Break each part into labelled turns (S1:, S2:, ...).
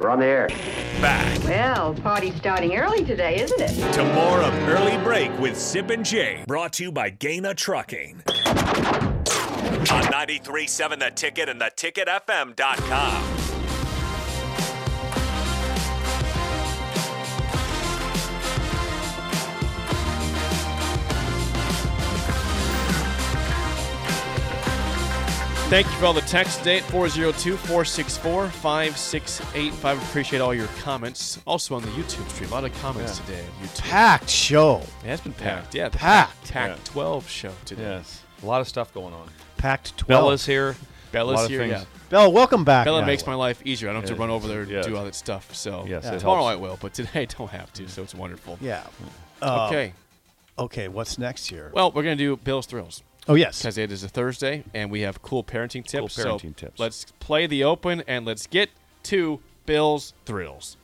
S1: We're on the air.
S2: Back
S3: Well, party's starting early today, isn't it?
S2: to more of Early Break with Sip and Jay, brought to you by Gaina Trucking. On 93.7 The Ticket and theticketfm.com.
S4: Thank you for all the text today at 402 464 5685. Appreciate all your comments. Also on the YouTube stream, a lot of comments today on YouTube.
S5: Packed show.
S4: It has been packed. Yeah, the
S5: Packed.
S4: Pack 12 show today.
S6: Yes. A lot of stuff going on.
S5: Packed 12.
S6: Bella's here.
S4: Bella's
S6: lot of
S4: here.
S6: things.
S4: Yeah.
S5: Bella, welcome back.
S4: Bella
S5: by
S4: makes
S5: the
S4: my
S5: way.
S4: life easier. I don't have to
S6: Yes.
S4: run over there and
S6: Yes.
S4: do all that stuff. So
S6: Yes, it
S4: tomorrow
S6: helps.
S4: I will, but today I don't have to. So it's wonderful.
S5: Yeah.
S6: Um,
S4: okay.
S5: Okay, what's next here?
S4: Well, we're gonna do Bill's thrills
S5: oh, yes.
S4: because it is a Thursday and we have cool parenting tips. so
S6: parenting tips.
S4: let's play the open and let's get to Bill's thrills.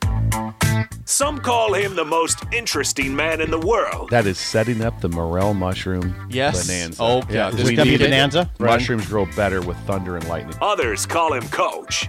S2: Some call him the most interesting man in the world.
S6: That is setting up the morel mushroom
S4: Yes.
S6: bonanza.
S4: Oh, yeah.
S6: We
S4: This is
S5: gonna be
S6: need
S5: a
S6: it.
S5: bonanza?
S6: Mushrooms grow better with thunder and lightning.
S2: Others call him coach.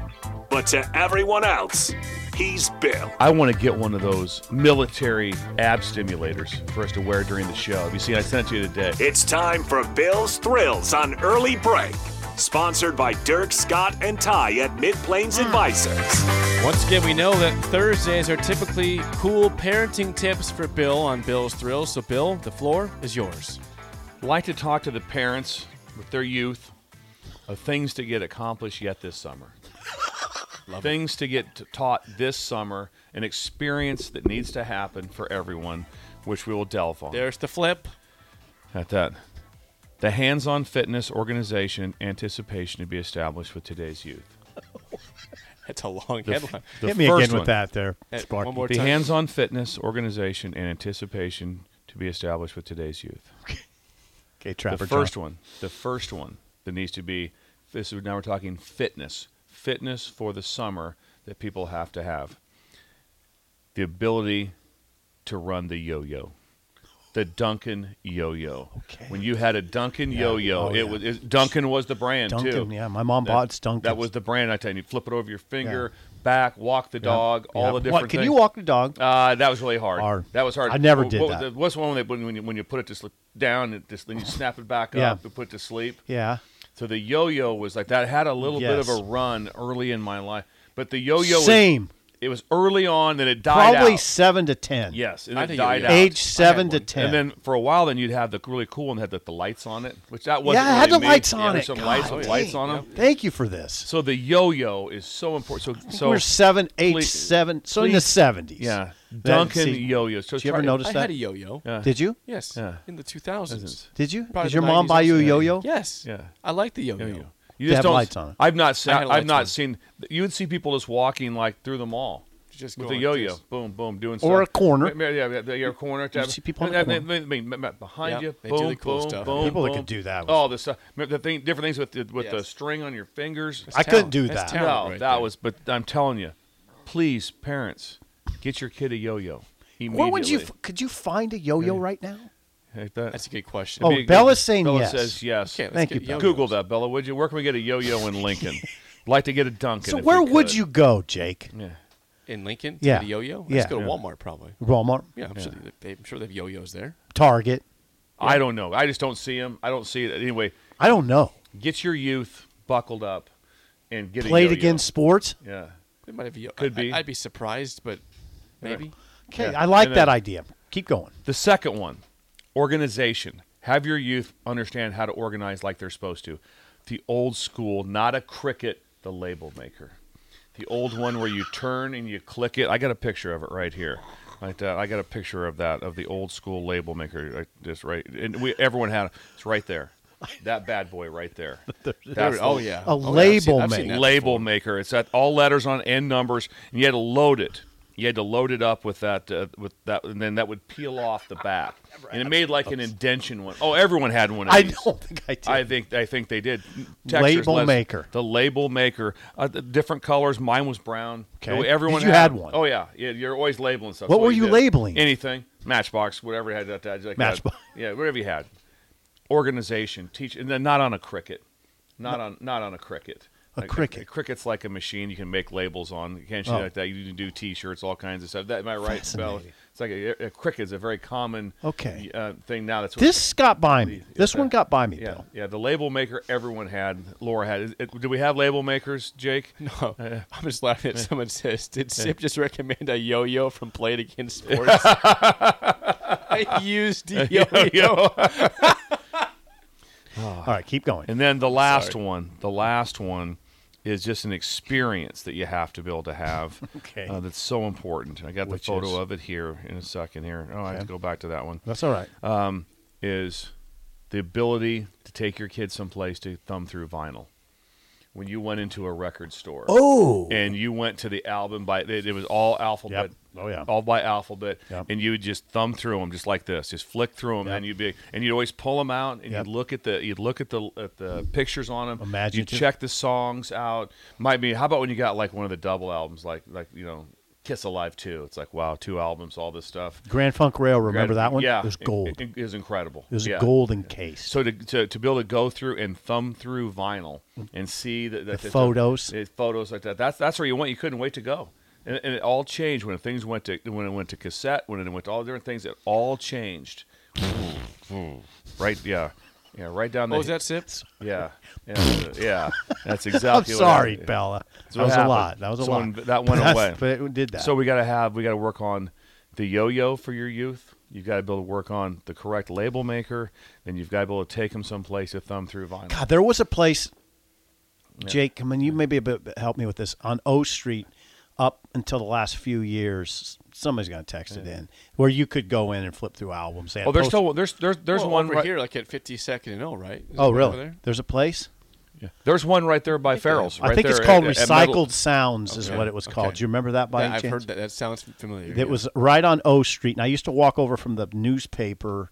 S2: But to everyone else, he's Bill.
S6: I want to get one of those military ab stimulators for us to wear during the show. Have you seen? I sent it to you today.
S2: It's time for Bill's Thrills on Early Break, sponsored by Dirk, Scott, and Ty at Mid Plains Advisors.
S4: Once again, we know that Thursdays are typically cool parenting tips for Bill on Bill's Thrills. So, Bill, the floor is yours.
S6: like to talk to the parents with their youth of things to get accomplished yet this summer. things to get t- taught this summer, an experience that needs to happen for everyone, which we will delve on.
S4: There's the flip.
S6: At that, the hands on fitness organization anticipation to be established with today's youth.
S4: That's a long headline.
S6: The
S5: Hit me
S6: first
S5: again
S6: one.
S5: with that there,
S4: Hey,
S5: Sparky.
S4: one more
S6: The
S4: time.
S6: hands on fitness organization and anticipation to be established with today's youth.
S5: Okay, Trapper.
S6: the first one the first one that needs to be this is now we're talking fitness fitness for the summer that people have to have the ability to run the yo-yo the Duncan yo-yo
S5: Okay.
S6: when you had a Duncan
S5: Oh,
S6: yo-yo it
S5: yeah.
S6: was it, Duncan was the brand
S5: Duncan,
S6: too
S5: yeah. My mom bought Duncan.
S6: that was the brand I tell you you flip it over your finger back walk the dog all the different
S5: What, can you
S6: things.
S5: walk the dog?
S6: Uh, that was really hard.
S5: Hard.
S6: That was hard.
S5: I never
S6: Wh-
S5: did
S6: what,
S5: that.
S6: was the- what's the one that when, when, you, when you put it to sleep down, it just, then you snap it back
S5: Yeah.
S6: up and put it to sleep.
S5: yeah.
S6: So the yo-yo was like that. It had a little bit
S5: Yes.
S6: of a run early in my life, but the yo-yo was-
S5: Same.
S6: it was early on, then it died
S5: Probably
S6: out.
S5: seven to ten.
S6: Yes, and
S4: I
S6: it
S4: think
S6: died
S4: yo-yo.
S6: out.
S5: Age seven to ten.
S6: And then for a while, then you'd have the really cool one that had the, the lights on it, which that wasn't.
S5: yeah, I had the
S6: really me.
S5: lights
S6: Yeah,
S5: on
S6: there's
S5: it.
S6: Some
S5: God
S6: lights with
S5: dang.
S6: lights on them.
S5: Thank you for this.
S6: So the yo-yo is so important. So so
S5: We're seven, eight,
S6: please-
S5: seven, so in the
S6: please-
S5: seventies.
S6: Yeah,
S5: That-
S6: Duncan
S5: see,
S6: yo-yo. So
S5: Did you ever
S6: try-
S5: notice
S4: I
S5: that?
S4: had a yo yo.
S5: Did you?
S4: Yes.
S6: Yeah.
S4: In the 2000s.
S6: Isn't-
S5: Did you?
S4: Probably
S5: Did your
S4: the
S5: mom
S4: 90s
S5: buy you a
S4: also.
S5: yo-yo?
S4: Yes.
S6: Yeah.
S4: I like the yo
S6: yo-yo.
S4: yo.
S6: You
S5: They
S6: just
S5: have
S6: don't-
S5: lights on it.
S6: I've not seen.
S4: I had
S6: I've
S4: lights
S6: not
S4: on.
S6: seen. You would see people just walking like through the mall,
S4: Just
S6: with
S4: going
S6: a
S4: like
S6: yo-yo,
S4: this.
S6: boom, boom, doing
S5: Or
S6: stuff.
S5: a corner.
S6: Yeah, yeah, yeah, yeah, a corner.
S5: You see people on the
S6: I
S5: corner.
S6: mean, I mean, I mean, behind
S4: Yeah,
S6: you.
S4: they do
S6: boom,
S4: the cool
S6: boom,
S4: stuff.
S6: boom.
S5: People that
S6: boom.
S5: can do that was-
S6: All the stuff. The thing, different things with the, with the
S4: Yes.
S6: string on your fingers.
S5: I couldn't do
S4: That's
S5: that.
S4: talent
S6: no,
S4: right
S6: that
S4: there.
S6: was. But I'm telling you, please, parents, get your kid a yo-yo.
S5: Where would you?
S6: immediately.
S5: Could you find a yo-yo right now?
S6: Like that.
S4: That's a good question.
S5: Oh,
S6: Be a good-
S5: Bella's saying
S6: Bella
S5: yes.
S6: says yes.
S4: Okay, let's
S5: Thank
S4: get
S5: you, Bill.
S4: yo-yos.
S6: Google that, Bella. Would you? Where can we get a yo-yo in Lincoln? like to get a Duncan.
S5: So
S6: if
S5: where
S6: we
S5: would
S6: could.
S5: you go, Jake?
S4: In Lincoln?
S5: Yeah.
S4: To get a yo yo?
S5: Yeah.
S4: Let's go to
S5: Yeah.
S4: Walmart probably.
S5: Walmart,
S4: Yeah, I'm, Sure, they, they- I'm sure they have yo yo's there.
S5: Target.
S6: I don't know. I just don't see him. I don't see it anyway.
S5: I don't know.
S6: Get your youth buckled up and get a
S5: Played
S6: yo-yo.
S5: against sports.
S6: Yeah,
S4: They might have yo
S6: Could
S4: I-
S6: be.
S4: I, would be surprised, but maybe.
S5: Okay,
S6: Yeah.
S5: I like
S6: And
S5: that
S6: then-
S5: idea. Keep going.
S6: the second one, organization. Have your youth understand how to organize like they're supposed to. The old school, not a cricket, the label maker. The old one where you turn and you click it. I got a picture of it right here. Like that. I got a picture of that of the old school label maker. Like this right, and we everyone had it. It's right there. That bad boy right there. That's the-
S4: oh, yeah. Oh, yeah,
S5: A
S4: I've seen-
S5: label
S4: I've seen
S5: made.
S4: that
S6: label maker. It's at all letters on end numbers, and you had to load it. You had to load it up with that, uh, with that, and then that would peel off the back, and it made like an indention one. Oh, everyone had one. Of
S5: I
S6: these.
S5: don't think I did.
S6: I think I think they did.
S5: Label
S6: Les-
S5: maker.
S6: The label maker. Uh, the different colors. Mine was brown.
S5: Okay.
S6: Oh, Everyone
S5: You had one.
S6: Oh yeah. yeah. You're always labeling stuff.
S5: What
S6: That's
S5: were you
S6: did.
S5: labeling?
S6: Anything. Matchbox. Whatever had that. that like that.
S5: Matchbox.
S6: Yeah. Whatever you had. Organization. Teach. And then not on a cricket. Not on. Not on a cricket.
S5: A cricket.
S6: cricket's like a machine you can make labels on. You can't you
S5: Oh.
S6: like that. You can do T-shirts, all kinds of stuff. That am I right, Bell?
S5: Fascinating.
S6: It's like a, a cricket's a very common
S5: Okay.
S6: uh, thing now. That's what
S5: This got by me. This
S6: yeah.
S5: one got by me,
S6: yeah,
S5: Bill.
S6: yeah. The label maker everyone had. Laura had. Is- it- do we have label makers, Jake?
S4: No, I'm just laughing at someone says, "Did Sip just recommend a yo-yo from Played Against Sports?" I used a yo-yo.
S5: All right, keep going.
S6: And then the last one. The last one is just an experience that you have to be able to have.
S5: Okay.
S6: uh, that's so important. I got
S5: Which
S6: the photo
S5: is?
S6: of it here in a second. Here. Oh, I have to go back to that one.
S5: That's all right.
S6: Uh, is the ability to take your kid someplace to thumb through vinyl. When you went into a record store, oh, and you went to the album by it, it was all alphabet,
S5: Yep. Oh, yeah.
S6: all by alphabet,
S5: Yep.
S6: and you would just thumb through them just like this, just flick through them,
S5: Yep.
S6: and you'd be, and you'd always pull them out, and
S5: Yep.
S6: you'd look at the, you'd look at the at the pictures on them,
S5: Imagine
S6: you'd
S5: too.
S6: check the songs out. Might be, how about when you got like one of the double albums, like like you know, Kiss Alive Two? It's like wow, two albums, all this stuff.
S5: Grand Funk Rail, remember
S6: Granted,
S5: that one?
S6: Yeah,
S5: It was
S6: in-
S5: gold.
S6: in- It, was incredible.
S5: It was
S6: yeah.
S5: a golden case.
S6: So to, to to be able to go through and thumb through vinyl and see the, the, the-
S5: photos.
S6: the photos like that. That's that's where you went. You couldn't wait to go. And, and it all changed when things went to when it went to cassette, when it went to all different things. It all changed. right? Yeah, yeah. Right down
S4: What
S6: there.
S4: was that, Sip?
S6: Yeah, yeah, yeah. That's exactly.
S5: I'm
S6: what
S5: sorry,
S6: happened.
S5: Bella.
S6: That's
S5: That
S6: what
S5: was
S6: happened.
S5: a lot. That was a
S6: So
S5: lot.
S6: when that went
S5: That's-
S6: away.
S5: But it did that.
S6: So we got to have we got to work on the yo-yo for your youth. You've got to be able to work on the correct label maker, and you've got to be able to take them someplace to thumb through vinyl.
S5: God, there was a place, Jake. I mean, you maybe a bit help me with this on O Street up until the last few years. Somebody's going to text it in where you could go in and flip through albums. They had
S6: Oh, there's
S5: post-
S6: still there's there's there's
S4: Well,
S6: one
S4: over
S6: right
S4: here, like at 52nd and O, right? Is
S5: Oh,
S4: it
S5: really?
S4: over there?
S5: There's a place.
S6: There's one right there by Farrell's.
S5: I
S6: right
S5: think it's
S6: there
S5: called
S6: at- at
S5: Recycled
S6: Metal-
S5: Sounds, is
S4: Okay.
S5: what it was called.
S4: Okay.
S5: Do you remember that by
S4: Yeah,
S5: any
S4: I've
S5: chance?
S4: heard that. That sounds familiar.
S5: It was right on O Street, and I used to walk over from the newspaper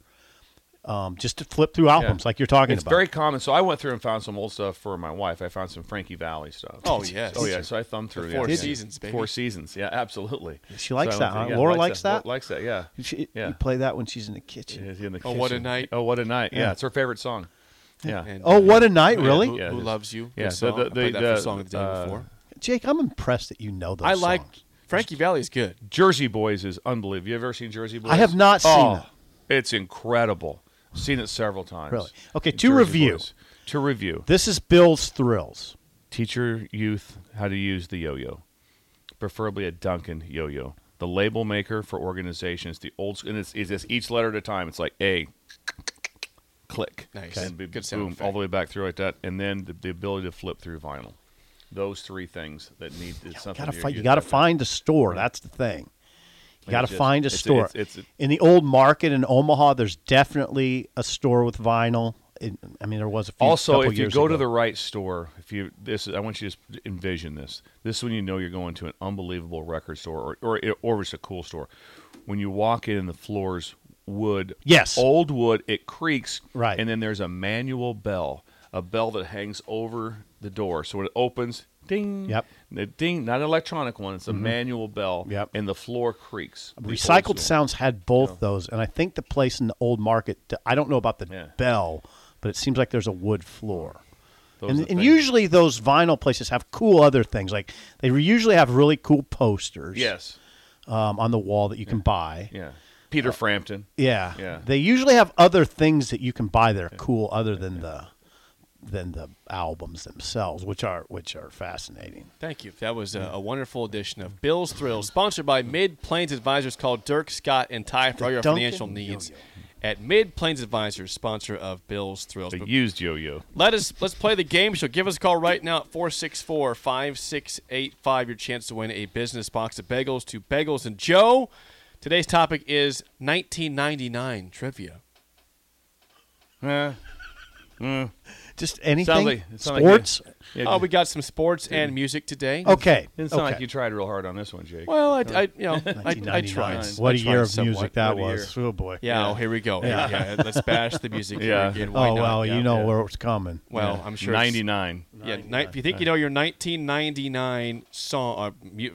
S5: um, just to flip through albums, like you're talking
S6: It's
S5: about.
S6: very common. So I went through and found some old stuff for my wife. I found some Frankie Valley stuff.
S4: Oh, yes.
S6: Oh yeah. So I thumbed through
S4: Four
S6: yeah.
S4: Seasons, baby.
S6: Four seasons. Yeah, absolutely.
S5: She likes
S6: I
S5: that,
S6: went through-
S5: huh? Laura likes that?
S6: Likes that. Yeah.
S5: She-
S6: yeah.
S5: You play that when she's in the kitchen.
S6: Is he in the
S4: Oh, what a
S6: kitchen?
S4: night.
S6: Oh, what a night. Yeah,
S5: Yeah.
S6: it's her favorite song. Yeah.
S4: And,
S5: Oh,
S4: uh,
S5: what a night! Really,
S4: Who,
S6: Yeah,
S4: who
S6: this-
S4: loves you?
S6: yeah,
S4: Good
S6: the-
S4: song.
S6: the-
S4: I played
S6: the-
S4: that for
S6: the-
S4: song the day
S6: uh,
S4: before.
S5: Jake? I'm impressed that you know those.
S4: I like
S5: songs.
S4: Frankie Valley's good.
S6: Jersey Boys is unbelievable. You ever seen Jersey Boys?
S5: I have not seen
S6: Oh, It's incredible. Seen it several times.
S5: Really? Okay, to
S6: Jersey
S5: review.
S6: Boys. To review.
S5: This is Bill's Thrills.
S6: Teach your youth how to use the yo-yo, preferably a Duncan yo-yo. The label maker for organizations, the old school, and it's, it's just each letter at a time. It's like a click,
S4: Nice.
S6: and b-
S4: Good sound
S6: boom, all
S4: effect.
S6: the way back through like that, and then the, the ability to flip through vinyl. Those three things that need is something.
S5: Gotta
S6: your
S5: find. You
S6: youth
S5: gotta
S6: does.
S5: find a store. That's the thing. You gotta
S6: just-
S5: find a
S6: it's-
S5: store.
S6: it's- it's-
S5: in the old market in Omaha, there's definitely a store with vinyl. It, I mean, there was a few.
S6: also
S5: couple
S6: if you
S5: years
S6: go
S5: ago.
S6: to the right store if you this i want you to just envision this this is when you know you're going to an unbelievable record store or or, or it's a cool store when you walk in the floors wood
S5: Yes.
S6: old wood it creaks
S5: Right.
S6: and then there's a manual bell a bell that hangs over the door so when it opens ding
S5: Yep. Mm-hmm.
S6: the ding not an electronic one it's a manual bell
S5: Yep.
S6: and the floor creaks The old
S5: Recycled
S6: store.
S5: Sounds had both those, and I think the place in the old market. I don't know about the
S6: Yeah.
S5: bell, but it seems like there's a wood floor.
S6: Those are
S5: and
S6: the
S5: and
S6: things.
S5: usually those vinyl places have cool other things. Like they usually have really cool posters.
S6: yes
S5: um, on the wall that you can buy.
S6: yeah
S5: Oh.
S6: peter frampton
S5: Yeah.
S6: Yeah.
S5: They usually have other things that you can buy that are cool other than the than the albums themselves, which are which are fascinating.
S4: Thank you. That was a, a wonderful edition of Bill's Thrills, sponsored by Mid Plains Advisors, called Dirk, Scott, and Ty for all your
S5: Duncan
S4: financial needs. At Mid Plains Advisors, sponsor of Bill's Thrills.
S6: the
S4: But
S6: used yo-yo
S4: Let us let's play the game show. Give us a call right now at 464-5685. Your chance to win a business box of bagels to Bagels and Joe. Today's topic is 1999 trivia.
S5: Just anything.
S6: Sounds like- it sounds like
S5: Sports.
S6: Yeah,
S4: Oh, we got some sports and music today.
S5: okay.
S6: Didn't sound
S5: okay.
S6: like you tried real hard on this one, Jake.
S4: Well, I, I you know, I, I
S5: 1999.
S4: tried.
S5: What
S4: I
S5: a year
S4: tried
S5: of
S4: somewhat.
S5: music that
S6: What a
S5: was. Oh boy.
S4: Yeah, Oh, here we go. Yeah. yeah, let's bash the music.
S6: Yeah.
S4: Yeah. Again. Why
S5: Oh
S4: not?
S5: well,
S4: Yeah.
S5: you know where it's coming.
S4: Well, I'm sure. it's-
S6: 99.
S4: Yeah, ni- if you think you know your 1999 song uh, mu-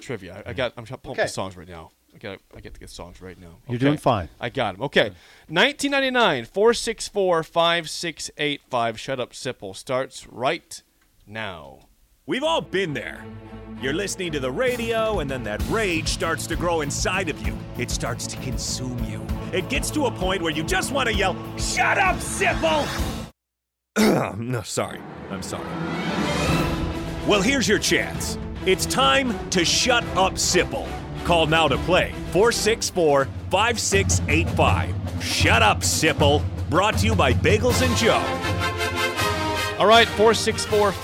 S4: trivia, I, I got. I'm trying to pull up
S5: Okay.
S4: the songs right now. I got. I get to get songs right now.
S5: You're doing fine.
S4: I got them. Okay, 1999, 464-5685. Shut up, Sipple starts right now.
S2: We've all been there. You're listening to the radio, and then that rage starts to grow inside of you. It starts to consume you. It gets to a point where you just want to yell, Shut up, Sipple! no, sorry. I'm sorry. Well, here's your chance. It's time to shut up, Sipple. Call now to play 464 5685. Shut up, Sipple. Brought to you by Bagels and Joe.
S4: All right,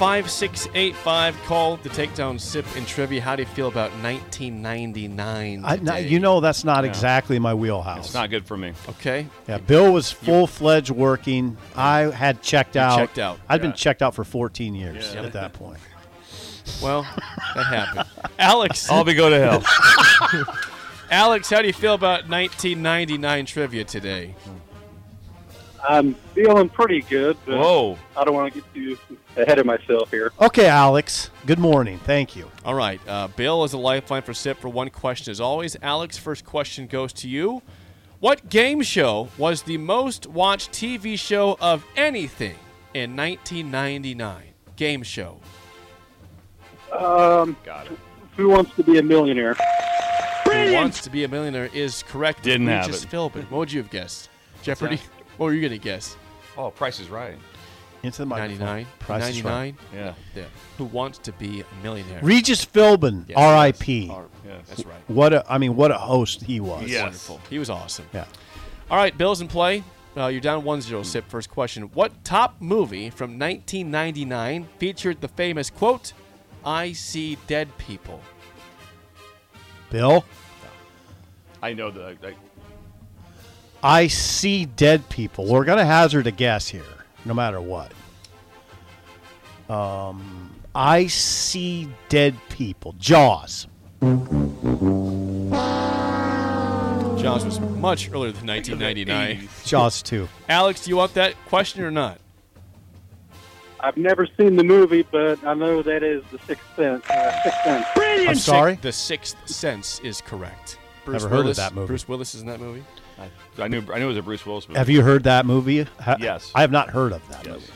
S4: 464-5685. Call the takedown sip and trivia. How do you feel about 1999?
S5: I, not,
S4: today?
S5: you know that's not exactly my wheelhouse.
S6: It's not good for me.
S4: Okay.
S5: Yeah, Bill was full fledged working. I had checked out.
S4: checked out,
S5: I'd
S6: yeah.
S5: been checked out for 14 years
S4: Yeah.
S5: at that point.
S4: Well, that happened. Alex,
S6: I'll be go to hell.
S4: Alex, how do you feel about 1999 trivia today?
S1: I'm feeling pretty good, but
S6: Whoa.
S1: I don't want to get too ahead of myself here.
S5: Okay, Alex. Good morning. Thank you.
S4: All right, uh, Bill is a lifeline for SIP for one question as always. Alex, first question goes to you. What game show was the most watched TV show of anything in 1999? Game show.
S1: Um, Who wants to be a millionaire?
S4: Who wants to be a millionaire is correct.
S6: Didn't have
S4: Regis
S6: it.
S4: Philbin. What would you have guessed? Jeopardy. What were you gonna guess?
S6: Oh, Price is Right.
S5: Into the microphone.
S4: 99.
S5: Price is right.
S4: 99.
S6: Yeah.
S4: Yeah. Who wants to be a millionaire?
S5: Regis Philbin,
S4: Yes,
S5: R.I.P.
S4: All right,
S6: Yes.
S4: That's right.
S5: What a I mean, what a host he was.
S4: Wonderful. He was awesome.
S5: Yeah.
S4: All right, Bill's in play. Uh, you're down 1 0, Sip. First question. What top movie from 1999 featured the famous quote, I see dead people?
S5: Bill,
S6: I know the. I,
S5: I see dead people. We're gonna hazard a guess here, no matter what. Um, I see dead people. Jaws.
S4: Jaws was much earlier than 1999.
S5: Jaws two.
S4: Alex, do you want that question or not?
S1: I've never seen the movie, but I know that is the sixth sense. Uh, sixth sense.
S5: I'm sorry.
S4: The Sixth Sense is correct. Bruce
S5: Never heard of
S4: Willis-
S5: that movie.
S4: Bruce Willis is in that movie?
S6: I knew. I knew it was a Bruce Willis movie.
S5: Have you heard that movie? Ha-
S6: Yes.
S5: I have not heard of that. movie.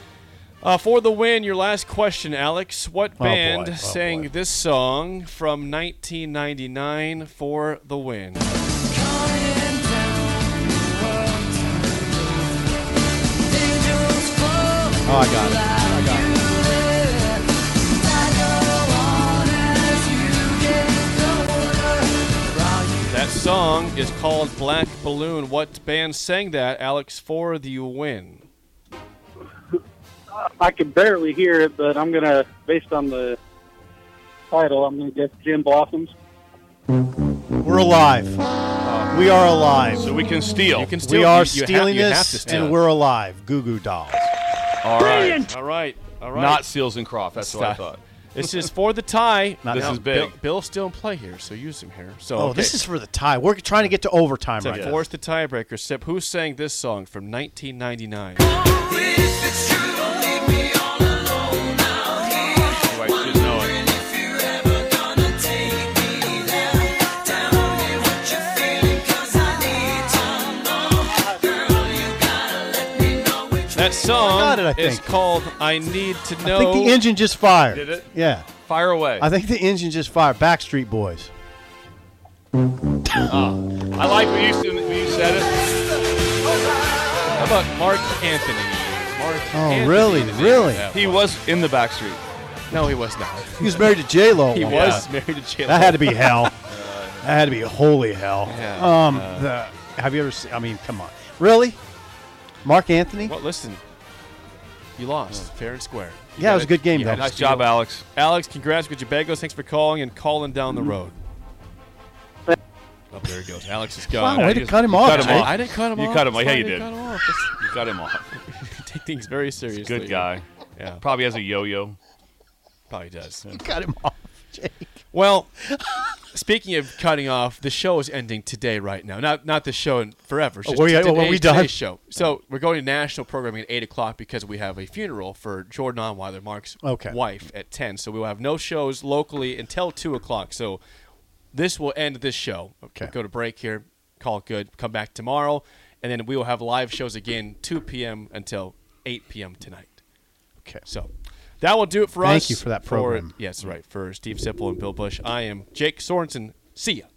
S4: Uh, for the win, your last question, Alex. What
S5: boy.
S4: band
S5: Oh,
S4: sang
S5: boy.
S4: this song from 1999 for the win?
S5: Oh, I got it. I got it.
S4: That song is called Black Balloon. What band sang that, Alex, for the win?
S1: I can barely hear it, but I'm gonna, based on the title, I'm gonna guess Jim Blossoms.
S5: We're alive. we are alive.
S6: So we can steal.
S4: You can steal.
S5: we are
S4: you- you ha-
S5: stealing
S4: you have
S5: this,
S4: to steal.
S5: and we're alive. Goo Goo Dolls.
S6: All right.
S4: All right. All right.
S6: Not Seals and Croft. That's what I
S4: Stop.
S6: thought.
S4: This is for the tie.
S5: Not
S6: This
S5: now.
S6: is
S4: Bill,
S6: big.
S4: Bill's still in play here, so use him here. So
S5: Oh,
S4: okay.
S5: this is for the tie. We're trying to get to overtime
S4: to
S5: right now.
S4: force the tiebreaker. Sip, who sang this song from 1999?
S6: Oh, I should know it.
S4: That song
S5: got it, I
S4: is
S5: think.
S4: called "I Need to Know."
S5: I think the engine just fired.
S6: Did it?
S5: Yeah.
S6: Fire away.
S5: I think the engine just fired. Backstreet Boys.
S6: I like when you, when you said it.
S4: How about Mark Anthony? Mark
S5: Oh,
S4: Anthony
S5: really?
S4: did
S5: Really?
S4: that
S6: He
S4: one.
S6: was in the backstreet.
S4: No, he was not.
S5: He was married to J Lo.
S4: He was married to J.
S5: That had to be hell. that had to be holy hell.
S4: Yeah,
S5: um, the, have you ever seen? I mean, come on. Really? Mark Anthony?
S4: Well, listen, you lost fair and square. You
S5: yeah, it was a
S4: gotta-
S5: good game
S4: you
S5: though.
S4: had to
S6: Nice
S4: steal.
S6: job, Alex.
S4: Alex, congrats with your bagels. Thanks for calling and calling down the road. Oh, there he goes. Alex is gone.
S5: Wow, Oh, way
S6: You
S5: to cut him off.
S6: cut him
S5: Jake.
S6: off.
S4: I didn't cut him
S6: You
S4: off.
S6: cut him off.
S4: That's
S6: Yeah,
S4: why I
S6: you
S4: didn't
S6: did.
S4: cut him off.
S6: You cut him off.
S1: take things very seriously.
S6: Good guy.
S1: Yeah,
S6: Probably has a yo-yo.
S1: probably does.
S5: Cut him off.
S1: Well, speaking of cutting off, the show is ending today, right now. Not not the show in forever. It's
S5: Oh,
S1: just
S5: were you-
S1: today-
S5: were we
S1: today's
S5: done?
S1: Show. So we're going to national programming at eight o'clock because we have a funeral for Jordan Onweiler, Mark's
S5: Okay.
S1: wife, at ten. So we will have no shows locally until two o'clock. So this will end this show.
S5: Okay.
S1: We'll go to break here. Call it good. Come back tomorrow, and then we will have live shows again, two p.m. until eight p.m. tonight.
S5: Okay.
S1: So that will do it for
S5: Thank
S1: us.
S5: you for that program.
S1: yes, right. For Steve Sipple and Bill Bush, I am Jake Sorensen. See ya.